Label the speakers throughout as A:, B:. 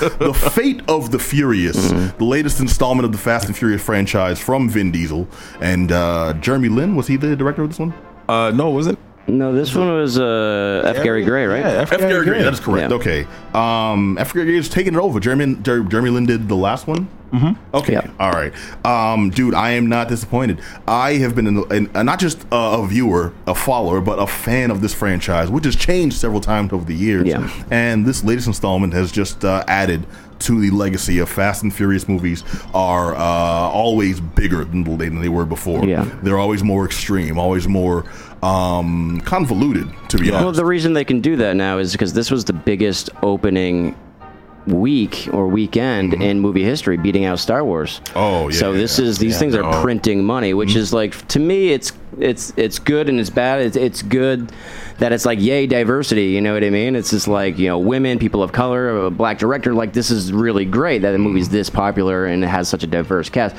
A: the Fate of the Furious, the latest installment of the Fast and Furious franchise from Vin Diesel and uh, Jeremy Lin. Was he the director of this one?
B: Uh, no, it wasn't.
C: No, this one was uh, F. Gary Gray, right?
B: Yeah, F.
A: F. Gary Gray. That is correct.
C: Yeah.
A: Okay. Um, F. Gary Gray is taking it over. Jeremy, Jer- Jeremy Lin did the last one. Mm-hmm. Okay.
C: Yeah.
A: All right. Um, dude, I am not disappointed. I have been in, in, uh, not just uh, a viewer, a follower, but a fan of this franchise, which has changed several times over the years.
C: Yeah.
A: And this latest installment has just uh, added to the legacy of Fast and Furious movies are uh, always bigger than they, than they were before.
C: Yeah.
A: They're always more extreme, always more um, convoluted, to be honest.
C: Well, the reason they can do that now is because this was the biggest opening week or weekend in movie history, beating out Star Wars.
A: Mm-hmm. Oh, yeah,
C: So
A: yeah, Mm-hmm.
C: this is these things are printing money, which is like to me, it's it's it's good and it's bad. It's it's good that it's like yay diversity. You know what I mean? It's just like you know women, people of color, a black director. Like this is really great that the movie's this popular and it has such a diverse cast.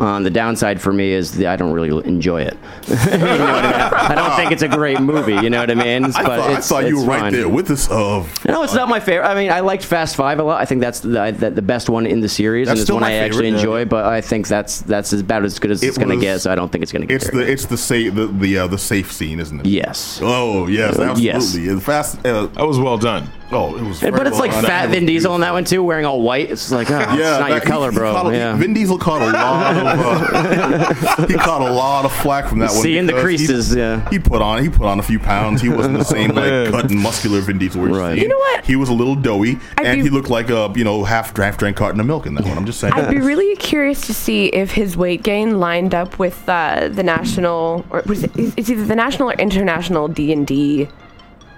C: Um, the downside for me is that I don't really enjoy it. You know what I, mean? I don't think it's a great movie. You know what I mean?
A: I
C: But
A: thought, I
C: it's-
A: saw you
C: it's
A: right
C: fine.
A: there with uh, us. Of
C: No, it's not my favorite. I mean, I liked Fast Five a lot. I think that's the, that the best one in the series,
A: That's
C: and it's
A: still
C: one
A: my
C: I actually
A: favorite, yeah.
C: enjoy. But I think that's that's about as good as it's
A: It
C: going to
A: was-
C: get. So I don't think it's going to get
A: it's
C: there.
A: the it's the safe the the, uh, the safe scene, isn't it?
C: yes.
A: Oh yes,
C: Uh,
A: absolutely.
C: yes.
A: And fast. Uh,
B: That was well done.
A: oh, it was.
C: And- but
A: very
C: it's like
A: well done.
C: Fat Vin Diesel in that one too, wearing all white. It's like, oh, it's not your
A: that- he-
C: color,
A: he
C: bro.
A: caught a-
C: yeah.
A: Vin Diesel caught a lot of uh, he caught a lot of flack from that one.
C: Seeing the
A: because he-
C: creases, yeah.
A: He put on he put on a few pounds. He wasn't the same like cut and muscular Vin Diesel. We're
C: Right.
A: seeing.
C: You
D: know what?
A: He was a little doughy,
D: I'd
A: and
D: be-
A: he looked like a you know half draft drank carton of milk in that one. I'm just saying.
D: I'd be really curious to see if his weight gain lined up with uh, the national, or was it, it's either the national or international D and D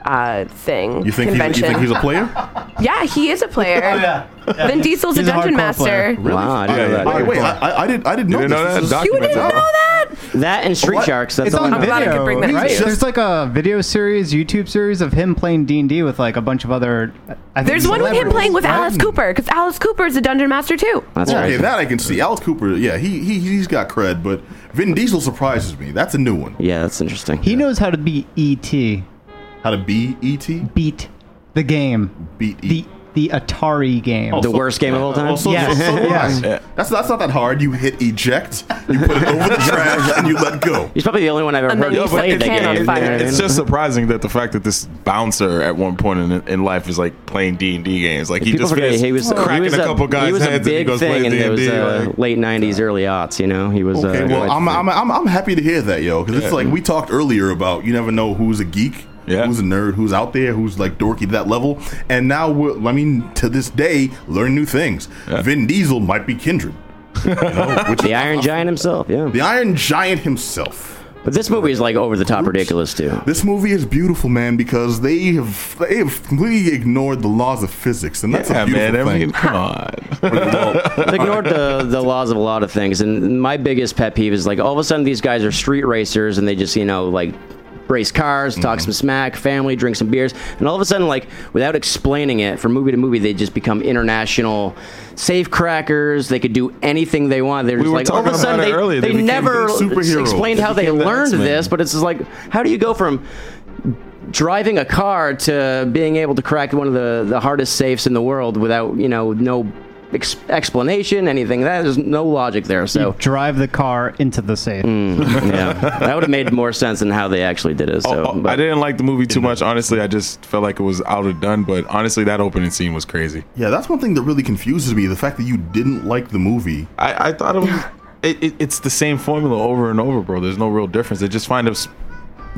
D: uh, thing
A: you think he's, you
D: convention.
A: think he's a player?
D: yeah, he is a player.
E: Oh, yeah.
D: Vin Diesel's
E: He's
D: a
E: a
D: dungeon
E: hardcore
D: master.
E: player.
C: Wow, I didn't
B: Yeah,
C: know
B: yeah.
A: Oh,
C: that.
A: wait, I, I, I didn't I didn't know,
B: didn't know
A: this.
B: that?
A: This is-
D: You didn't
B: Documented.
D: know that?
C: That and Street
A: What?
C: Sharks. That's
E: It's
C: all I
E: on
C: know.
D: I'm glad I could
E: video.
D: bring that right here.
E: There's like a video series, YouTube series of him playing D and D with like a bunch of other. I think
D: There's one with him
E: celebrities.
D: playing with Alice
A: Right.
D: Cooper because Alice Cooper is a dungeon master too.
C: That's
A: Okay,
C: right.
A: that I can see. Alice Cooper, yeah, he, he he's got cred, but Vin Diesel surprises me. That's a new one.
C: Yeah, that's interesting.
E: He knows how to beat ET.
A: How to be ET?
E: Beat the game.
A: Beat ET.
E: The the Atari game.
C: The worst game of all time?
A: Oh, so,
E: Yeah.
A: so, so do I.
E: Yeah.
A: That's that's not that hard. You hit eject, you put it over the trash, and you let go.
C: He's probably the only one I've ever
D: And
C: heard
D: then
C: who
D: you
C: played
D: set the
C: that
D: can on
C: game.
D: fire.
C: You know what I
B: It's
C: mean?
B: just surprising that the fact that this bouncer at one point in, in life is like playing D and D games. Like he
C: People
B: just
C: forget
B: finished
C: he was
B: cracking
C: he was
B: a, couple guys'
C: he was a
B: heads and he
C: big
B: goes
C: thing
B: play
C: in
B: D and
C: those
B: D.
C: uh, late '90s, early aughts. You know, he was.
A: Okay,
C: uh,
A: well,
C: quite
A: I'm,
C: the
A: I'm, I'm, I'm happy to hear that, yo, because it's like we talked earlier about you never know who's a geek,
B: Yeah.
A: who's a nerd, who's out there, who's like dorky to that level. And now, we're, I mean, to this day, learn new things. Vin Diesel might be kindred. you know, which-
C: The Iron Giant himself, yeah.
A: the Iron Giant himself.
C: But this movie is like over the top ridiculous too.
A: This movie is beautiful, man, because they have they have completely ignored the laws of physics, and that's
B: Yeah,
A: a beautiful
B: man. I mean,
A: thing.
B: come on.
C: They ignored the, the laws of a lot of things, and my biggest pet peeve is like all of a sudden these guys are street racers and they just you know like race cars, talk
B: Mm-hmm.
C: some smack, family, drink some beers, and all of a sudden like without explaining it from movie to movie they just become international safe crackers. They could do anything they want. They're just
B: were
C: like all of a
B: talking
C: sudden
B: about it
C: they,
B: earlier.
C: they,
B: They became
C: never
A: big superheroes.
C: explained
A: They
C: how they
B: became the
C: learned
B: X-Men.
C: this, but it's just like how do you go from driving a car to being able to crack one of the, the hardest safes in the world without you know no ex- explanation anything that there's no logic there so
E: Drive the car into the safe.
C: yeah that would have made more sense than how they actually did it so
B: Oh, oh,
C: but-
B: I didn't like the movie too much, honestly. I just felt like it was outdone. But honestly, that opening scene was crazy.
A: Yeah, that's one thing that really confuses me: the fact that you didn't like the movie.
B: I, I thought it was. It, it, it's the same formula over and over, bro. There's no real difference. They just find us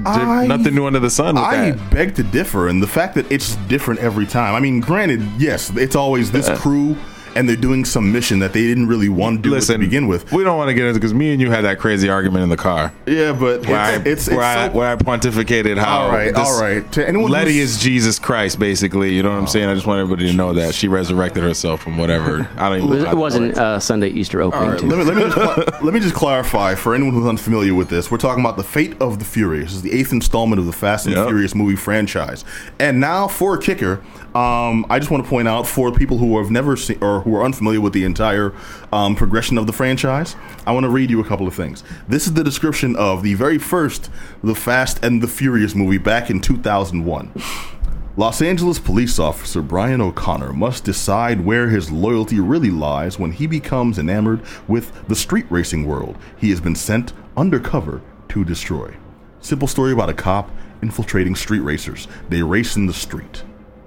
A: I-
B: nothing new under the sun. With
A: I
B: that.
A: beg to differ, and the fact that it's different every time. I mean, granted, yes, it's always this
B: Uh.
A: crew, and they're doing some mission that they didn't really want to do
B: Listen,
A: to begin with.
B: we don't want to get into because me and you had that crazy argument in the car.
A: Yeah, but
B: Where I,
A: it's it's, it's
B: where, I,
A: so-
B: where I pontificated how
A: All right,
B: this
A: all right. To anyone
B: Letty
A: who's- Oh.
B: is Jesus Christ, basically. You know what I'm saying? I just want everybody to know that she resurrected herself from whatever. I don't even.
C: it was-
B: I
C: it
B: don't
C: wasn't uh, Sunday Easter opening.
A: All right,
C: too.
A: let me, let, me just cla- let me just clarify for anyone who's unfamiliar with this. We're talking about The Fate of the Furious. This is the eighth installment of the Fast and
B: Yep.
A: Furious movie franchise. And now, for a kicker, um, I just want to point out for people who have never seen or who are unfamiliar with the entire um, progression of the franchise, I want to read you a couple of things. This is the description of the very first The Fast and the Furious movie back in 2001. Los Angeles police officer Brian O'Connor must decide where his loyalty really lies when he becomes enamored with the street racing world he has been sent undercover to destroy. Simple story about a cop infiltrating street racers. They race in the street.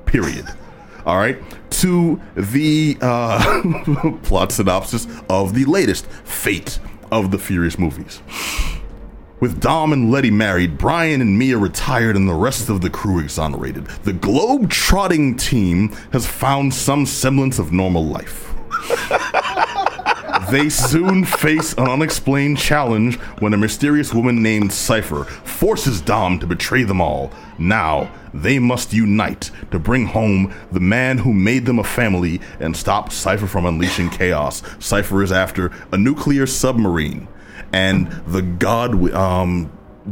A: Period. All right. To the uh, plot synopsis of the latest Fate of the Furious movies. With Dom and Letty married, Brian and Mia retired, and the rest of the crew exonerated, the globe trotting team has found some semblance of normal life. they soon face an unexplained challenge when a mysterious woman named Cypher forces Dom to betray them all. Now, they must unite to bring home the man who made them a family and stop Cypher from unleashing chaos. Cypher is after a nuclear submarine and the god um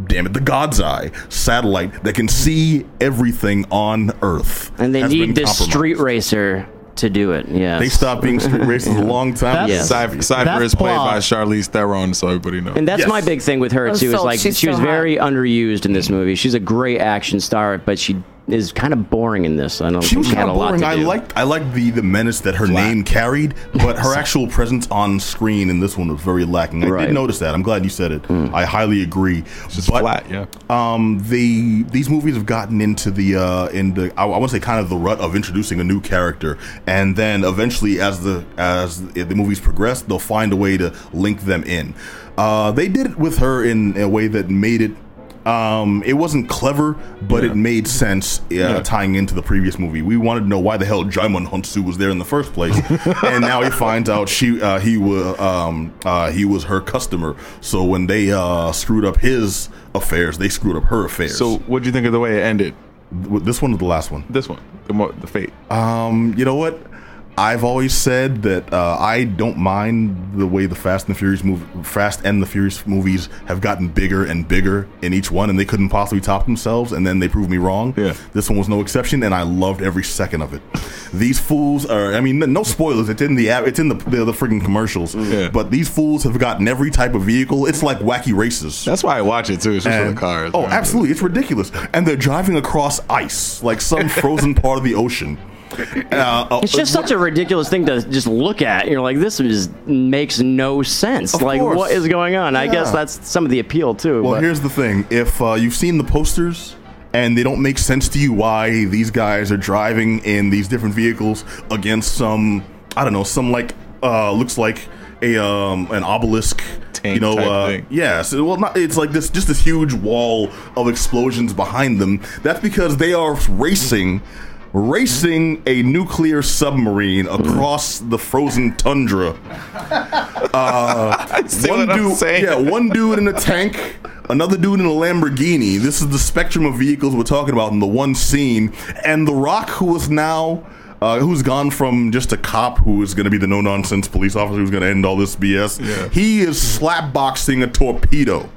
A: damn it the god's eye satellite that can see everything on earth
C: And they
A: has been
C: need this
A: compromised.
C: street racer to do it. Yeah.
A: they stopped being street racist a long time
C: That's-
A: ago.
B: Cypher, Cypher
E: That
B: is played
E: plot-
B: by Charlize Theron, so everybody knows.
C: And that's
A: Yes.
C: my big thing with her
D: Oh,
C: too. Is
D: so-
C: like
D: she's
C: she was
D: so hot.
C: very underused in this movie. She's a great action star, but she is kind of boring in this. I don't
A: she
C: think
A: was
C: she had
A: kind
C: a
A: of
C: lot
A: boring
C: to
A: i
C: do.
A: liked i liked the the menace that her name carried but her actual presence on screen in this one was very lacking i
C: Right. Hmm.
A: did notice that i'm glad you said it i highly agree
B: Just
A: but
B: flat, yeah.
A: um, the these movies have gotten into the uh, in the I, I want to say kind of the rut of introducing a new character, and then eventually as the as the movies progress, they'll find a way to link them in. Uh, they did it with her in a way that made it. Um, it wasn't clever, but it made sense uh, tying into the previous movie. We wanted to know why the hell Jaimon Hunsu was there in the first place, and now he finds out she uh, he was um, uh, he was her customer. So when they uh, screwed up his affairs, they screwed up her affairs.
B: So, what do you think of the way it ended?
A: Th- this one was the last one.
B: This one, the, mo- the fate.
A: Um, you know what? I've always said that uh, I don't mind the way the Fast and the Furious move, Fast and the Furious movies have gotten bigger and bigger in each one, and they couldn't possibly top themselves, and then they proved me wrong.
B: Yeah.
A: this one was no exception, and I loved every second of it. These fools are—I mean, no spoilers. It's in the ad- it's in the the, the freaking commercials.
B: Mm-hmm. Yeah.
A: But these fools have gotten every type of vehicle. It's like wacky races.
B: That's why I watch it too. It's just for
A: And-
B: the cars.
A: Oh,
B: man.
A: absolutely. It's ridiculous. And they're driving across ice, like some frozen part of the ocean. Uh, uh,
C: It's just such a ridiculous thing to just look at. You're like, this is makes no sense.
A: Of
C: like,
A: course.
C: what is going on? I guess
A: Yeah.
C: that's some of the appeal too.
A: well,
C: but-
A: here's the thing if uh, you've seen the posters and they don't make sense to you why these guys are driving in these different vehicles against some, I don't know, some like, uh, looks like a um, an obelisk.
B: Tank
A: you know,
B: type
A: uh,
B: thing.
A: yeah. So, well, not, it's like this, just this huge wall of explosions behind them. That's because they are racing, racing a nuclear submarine across the frozen tundra.
B: See what I'm
A: dude,
B: saying?
A: yeah, one dude in a tank, another dude in a Lamborghini. This is the spectrum of vehicles we're talking about in the one scene. And The Rock, who is now, uh, who's gone from just a cop who is going to be the no nonsense police officer who's going to end all this BS,
B: Yeah.
A: he is slapboxing a torpedo.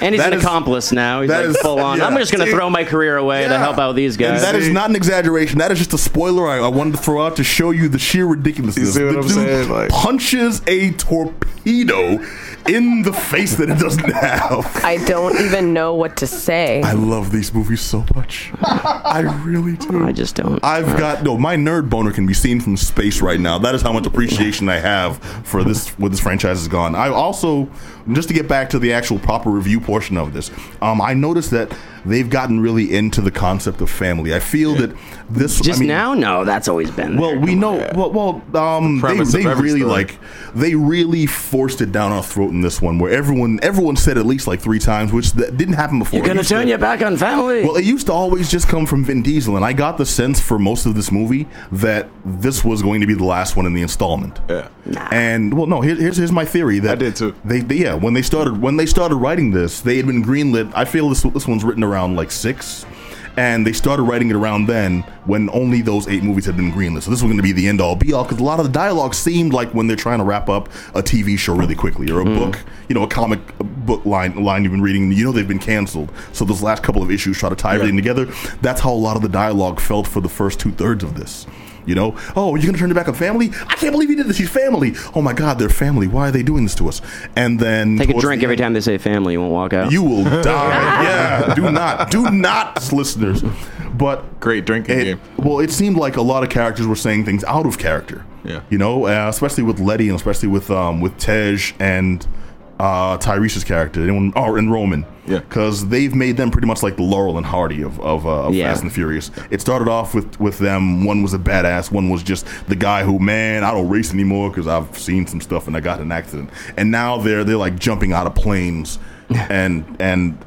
C: and he's
A: that
C: an
A: is-
C: accomplice now. He's
A: that
C: like
A: is-
C: full on.
A: yeah.
C: I'm just gonna
A: See?
C: throw my career away to
A: Yeah.
C: help out these
A: And
C: guys.
A: that is not an exaggeration. That is just a spoiler I, I wanted to throw out to show you the sheer ridiculousness.
B: You see what
A: the
B: I'm saying? Like-
A: punches a torpedo in the face that it doesn't have.
D: I don't even know what to say.
A: I love these movies so much. I really do.
C: I just don't.
A: I've got no. My nerd boner can be seen from space right now. That is how much appreciation I have for this. Where this franchise has gone. I also, just to get back to the actual proper review portion of this, um, I noticed that they've gotten really into the concept of family. I feel that this
C: just
A: I mean,
C: now, no, that's always been. there.
A: Well, we know. Well, well um, they,
B: premise of
A: they
B: every
A: really
B: story.
A: like they really forced it down our throat in this one, where everyone everyone said at least like three times, which that didn't happen before.
C: you're gonna
A: It used
C: turn
A: to-
C: your back on family.
A: well, it used to always just come from Vin Diesel, and I got the sense for most of this movie that this was going to be the last one in the installment.
B: Yeah.
A: And well, no, here, here's here's my theory that
B: I did too.
A: They, they yeah, when they started when they started writing this, they had been greenlit. I feel this this one's written around like six. And they started writing it around then, when only those eight movies had been greenlit. So this was going to be the end all be all because a lot of the dialogue seemed like when they're trying to wrap up a TV show really quickly or a
B: Mm.
A: book, you know, a comic book line line you've been reading. You know they've been canceled, so those last couple of issues try to tie everything together. That's how a lot of the dialogue felt for the first two thirds of this. You know, oh, you're gonna turn your back on family? I can't believe you did this. She's family. Oh my God, they're family. Why are they doing this to us? And then
C: Take a
A: towards
C: drink
A: the
C: every
A: end-
C: time they say family. You won't walk out.
A: You will die. yeah. Do not, do not, listeners. But
B: Great drinking
A: it-
B: game.
A: Well, it seemed like a lot of characters were saying things out of character.
B: Yeah.
A: You know, uh, especially with Letty and especially with um with Tej and uh Tyrese's character, anyone or and Roman.
B: Yeah.
A: Because they've made them pretty much like the Laurel and Hardy of of, uh, of
C: Yeah.
A: Fast and the Furious. It started off with with them. One was a badass. One was just the guy who, man, I don't race anymore because I've seen some stuff and I got in an accident. And now they're they're like jumping out of planes and and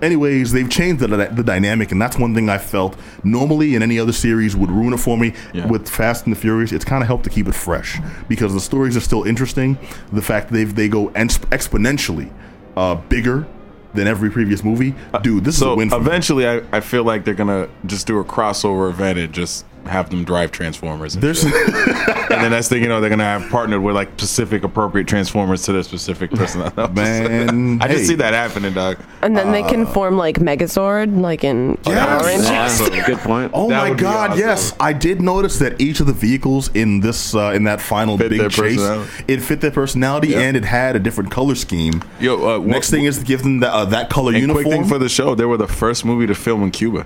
A: anyways, they've changed the, the dynamic, and that's one thing I felt normally in any other series would ruin it for me.
B: Yeah.
A: With Fast and the Furious, it's kind of helped to keep it fresh because the stories are still interesting. The fact they they go ens- exponentially uh, bigger than every previous movie, dude. This is a
B: Uh, So
A: win. For me.
B: eventually, I, I feel like they're gonna just do a crossover event and just have them drive Transformers. And,
A: There's-
B: shit. and then next thing you know, they're gonna have partnered with like specific appropriate Transformers to their specific person.
A: Man,
B: I
A: hey.
B: just see that happening, dog.
D: And then they can form like Megazord, like in
A: uh, Yes.
D: Power Rangers.
C: Yeah, good point.
A: Oh
B: That
A: my
B: would be
A: God!
B: awesome.
A: Yes, I did notice that each of the vehicles in this uh, in that final
B: Fit their
A: big chase,
B: personality.
A: it fit their personality
B: Yeah.
A: and it had a different color scheme.
B: Yo, uh, one-
A: next thing is to give them the, uh, that color
B: And
A: uniform
B: quick thing for the show, they were the first movie to film in Cuba.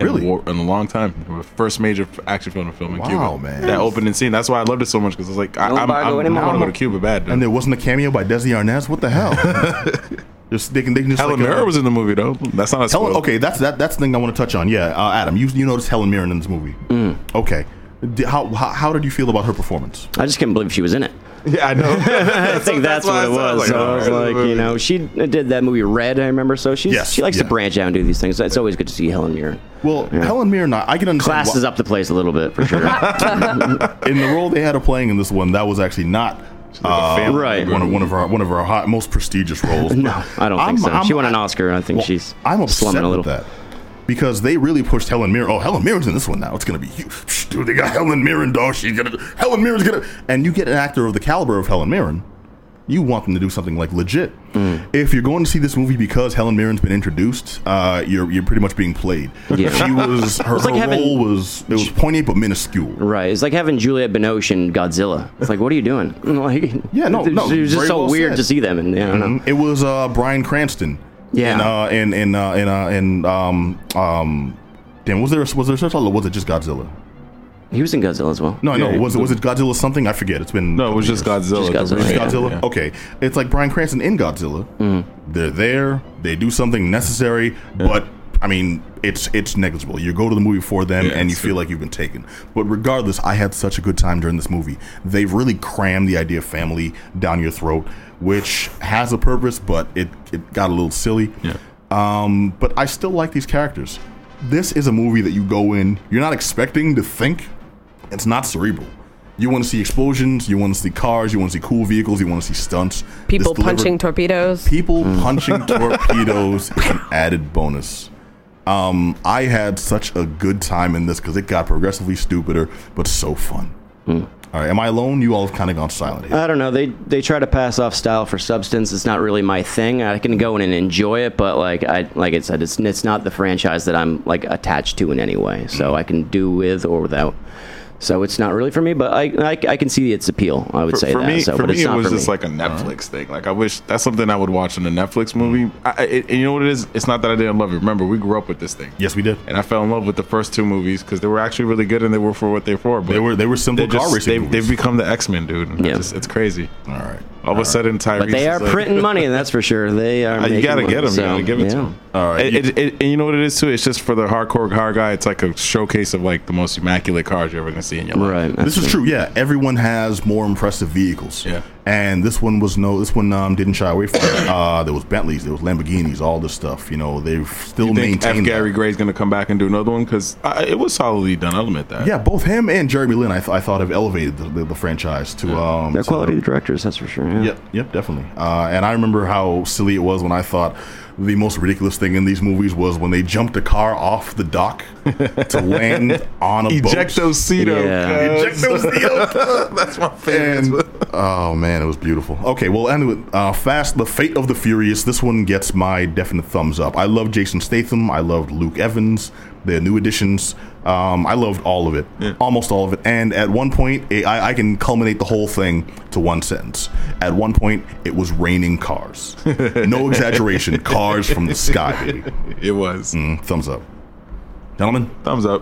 B: In
A: Really?
B: a war, in a long time. They were the first major f- action film to film in Cuba.
A: Wow, man.
B: That opening scene. That's why I loved it so much because I was like, I,
C: Don't
B: I'm,
C: bother
B: I'm,
C: with him
B: I want to
C: anymore.
B: go to Cuba bad. Dude.
A: and there wasn't a cameo by Desi Arnaz. What the hell? just they can, they can just
B: Helen
A: like, uh,
B: Mirren was in the movie though. That's not a spoiler.
A: Helen. Okay, that's that. That's the thing I want to touch on. Yeah, uh, Adam, you you noticed Helen Mirren in this movie. Okay, Di- how, how how did you feel about her performance?
C: I just couldn't believe she was in it.
B: Yeah, I know.
C: I think that's, what it was. so I was like, you know, she did that movie Red. I remember. So she's
A: Yes,
C: she likes
A: yeah.
C: to branch out and do these things. It's always good to see Helen Mirren.
A: Well, Helen Mirren, I, I can understand
C: Classes
A: why-
C: up the place a little bit for sure.
A: in the role they had her playing in this one. That was actually not.
B: like a
A: uh,
B: family
C: Right.
A: one of one of our one of our hot, most prestigious roles.
C: no, I don't think
A: I'm-
C: so. she
A: I'm-
C: won an Oscar, and I think
A: Well,
C: she's
A: I'm upset
C: slumming a little.
A: with that because they really pushed Helen Mirren. Oh, Helen Mirren's in this one now. It's gonna be huge, Psh, dude. They got Helen Mirren, dog. She's gonna Helen Mirren's gonna, and you get an actor of the caliber of Helen Mirren. You want them to do something like legit.
C: Mm.
A: If you're going to see this movie because Helen Mirren's been introduced, uh, you're you're pretty much being played.
C: Yeah.
A: She was her,
C: It's like
A: her
C: having-
A: role was it was poignant but minuscule.
C: Right, it's like having Juliette Binoche in Godzilla. It's like, what are you doing? Like,
A: Yeah, no, no,
C: It was
A: very
C: just so
A: well
C: weird
A: said.
C: to see them, and yeah, I don't know.
B: Mm-hmm.
A: Mhm. It was uh, Brian Cranston.
C: Yeah.
A: In uh, in in uh, in, uh, in um um. Damn, was there was there such a was it just Godzilla?
C: he was in Godzilla as well.
A: No,
B: Yeah,
A: no,
B: he
A: was it was it Godzilla something? I forget. It's been
B: No, it was just Godzilla.
C: Just
B: the
C: Godzilla,
B: remake.
C: yeah.
A: Godzilla.
B: Yeah.
A: Okay, it's like Brian Cranston in Godzilla.
B: Mm.
A: They're there. They do something necessary, but I mean, it's it's negligible. You go to the movie for them,
B: Yeah,
A: and you
B: it's
A: feel like you've been taken. But regardless, I had such a good time during this movie. They've really crammed the idea of family down your throat, which has a purpose, but it it got a little silly.
B: Yeah.
A: Um, but I still like these characters. This is a movie that you go in, you're not expecting to think. It's not cerebral. You want to see explosions, you want to see cars, you want to see cool vehicles, you want to see stunts. This
D: People
A: deliver-
D: punching torpedoes.
A: people
B: Mm.
A: punching torpedoes is an added bonus. Um, I had such a good time in this because it got progressively stupider, but so fun.
B: Mm.
A: All right, am I alone? You all have kind of gone silent
B: Uh,
A: here.
C: I don't know. They they try to pass off style for substance. It's not really my thing. I can go in and enjoy it, but like I like I said, it's it's not the franchise that I'm like attached to in any way.
B: Mm-hmm.
C: So I can do with or without. So it's not really for me, but I I, I can see its appeal. I would
B: For,
C: say
B: for
C: that.
B: me,
C: so,
B: for
C: but
B: me,
C: it's
B: it
C: not
B: was
C: for
B: just
C: me.
B: like a
A: Uh-huh.
B: Netflix thing. Like I wish that's something I would watch in a Netflix movie.
A: Mm-hmm.
B: I, I, and you know what it is? It's not that I didn't love it. Remember, we grew up with this thing.
A: yes, we did.
B: and I fell in love with the first two movies because they were actually really good and they were for what they're for. But
A: They were- they were simple
B: they're
A: car racing
B: they-
A: movies.
B: They've become the X Men, dude. And
C: Yeah.
B: it's, just- it's crazy.
A: All right.
B: All of a sudden, Tyrese.
C: but
B: is
C: they are
B: like-
C: printing money, and that's for sure. They are.
B: Uh, you
C: making
B: gotta
C: money,
B: get them.
C: So,
B: you gotta give it to
C: yeah.
B: them.
A: All right,
B: It,
A: you-
B: it, it, and you know what it is too? It's just for the hardcore car guy. It's like a showcase of like the most immaculate cars you're ever gonna see in your life.
C: Right.
A: This is true. Yeah, everyone has more impressive vehicles.
B: Yeah.
A: and this one was no. This one um, didn't shy away from it. Uh, there was Bentleys, there was Lamborghinis, all this stuff. You know, they've still
B: You think F.
A: maintained. that.
B: Gary Gray's gonna come back and do another one? Because it was solidly done. I'll admit that.
A: Yeah, both him and Jeremy Lin, I, th- I thought have elevated the, the, the franchise to um.
C: They're
A: to-
C: quality directors, that's for sure. Yeah.
A: Yep, yep, definitely. Uh, and I remember how silly it was when I thought the most ridiculous thing in these movies was when they jumped a car off the dock to land on a boat.
B: Ejectocito.
C: Yeah.
B: cuz.
A: Ejectocito.
B: That's my
A: And oh man, it was beautiful. Okay, well, end with uh, fast. The Fate of the Furious. This one gets my definite thumbs up. I love Jason Statham. I loved Luke Evans. the new additions. Um, I loved all of it, almost all of it. And at one point, it, I, I can culminate the whole thing to one sentence. At one point, it was raining cars. No exaggeration, cars from the sky. baby.
B: It was.
A: Mm, thumbs up, gentlemen.
B: Thumbs up.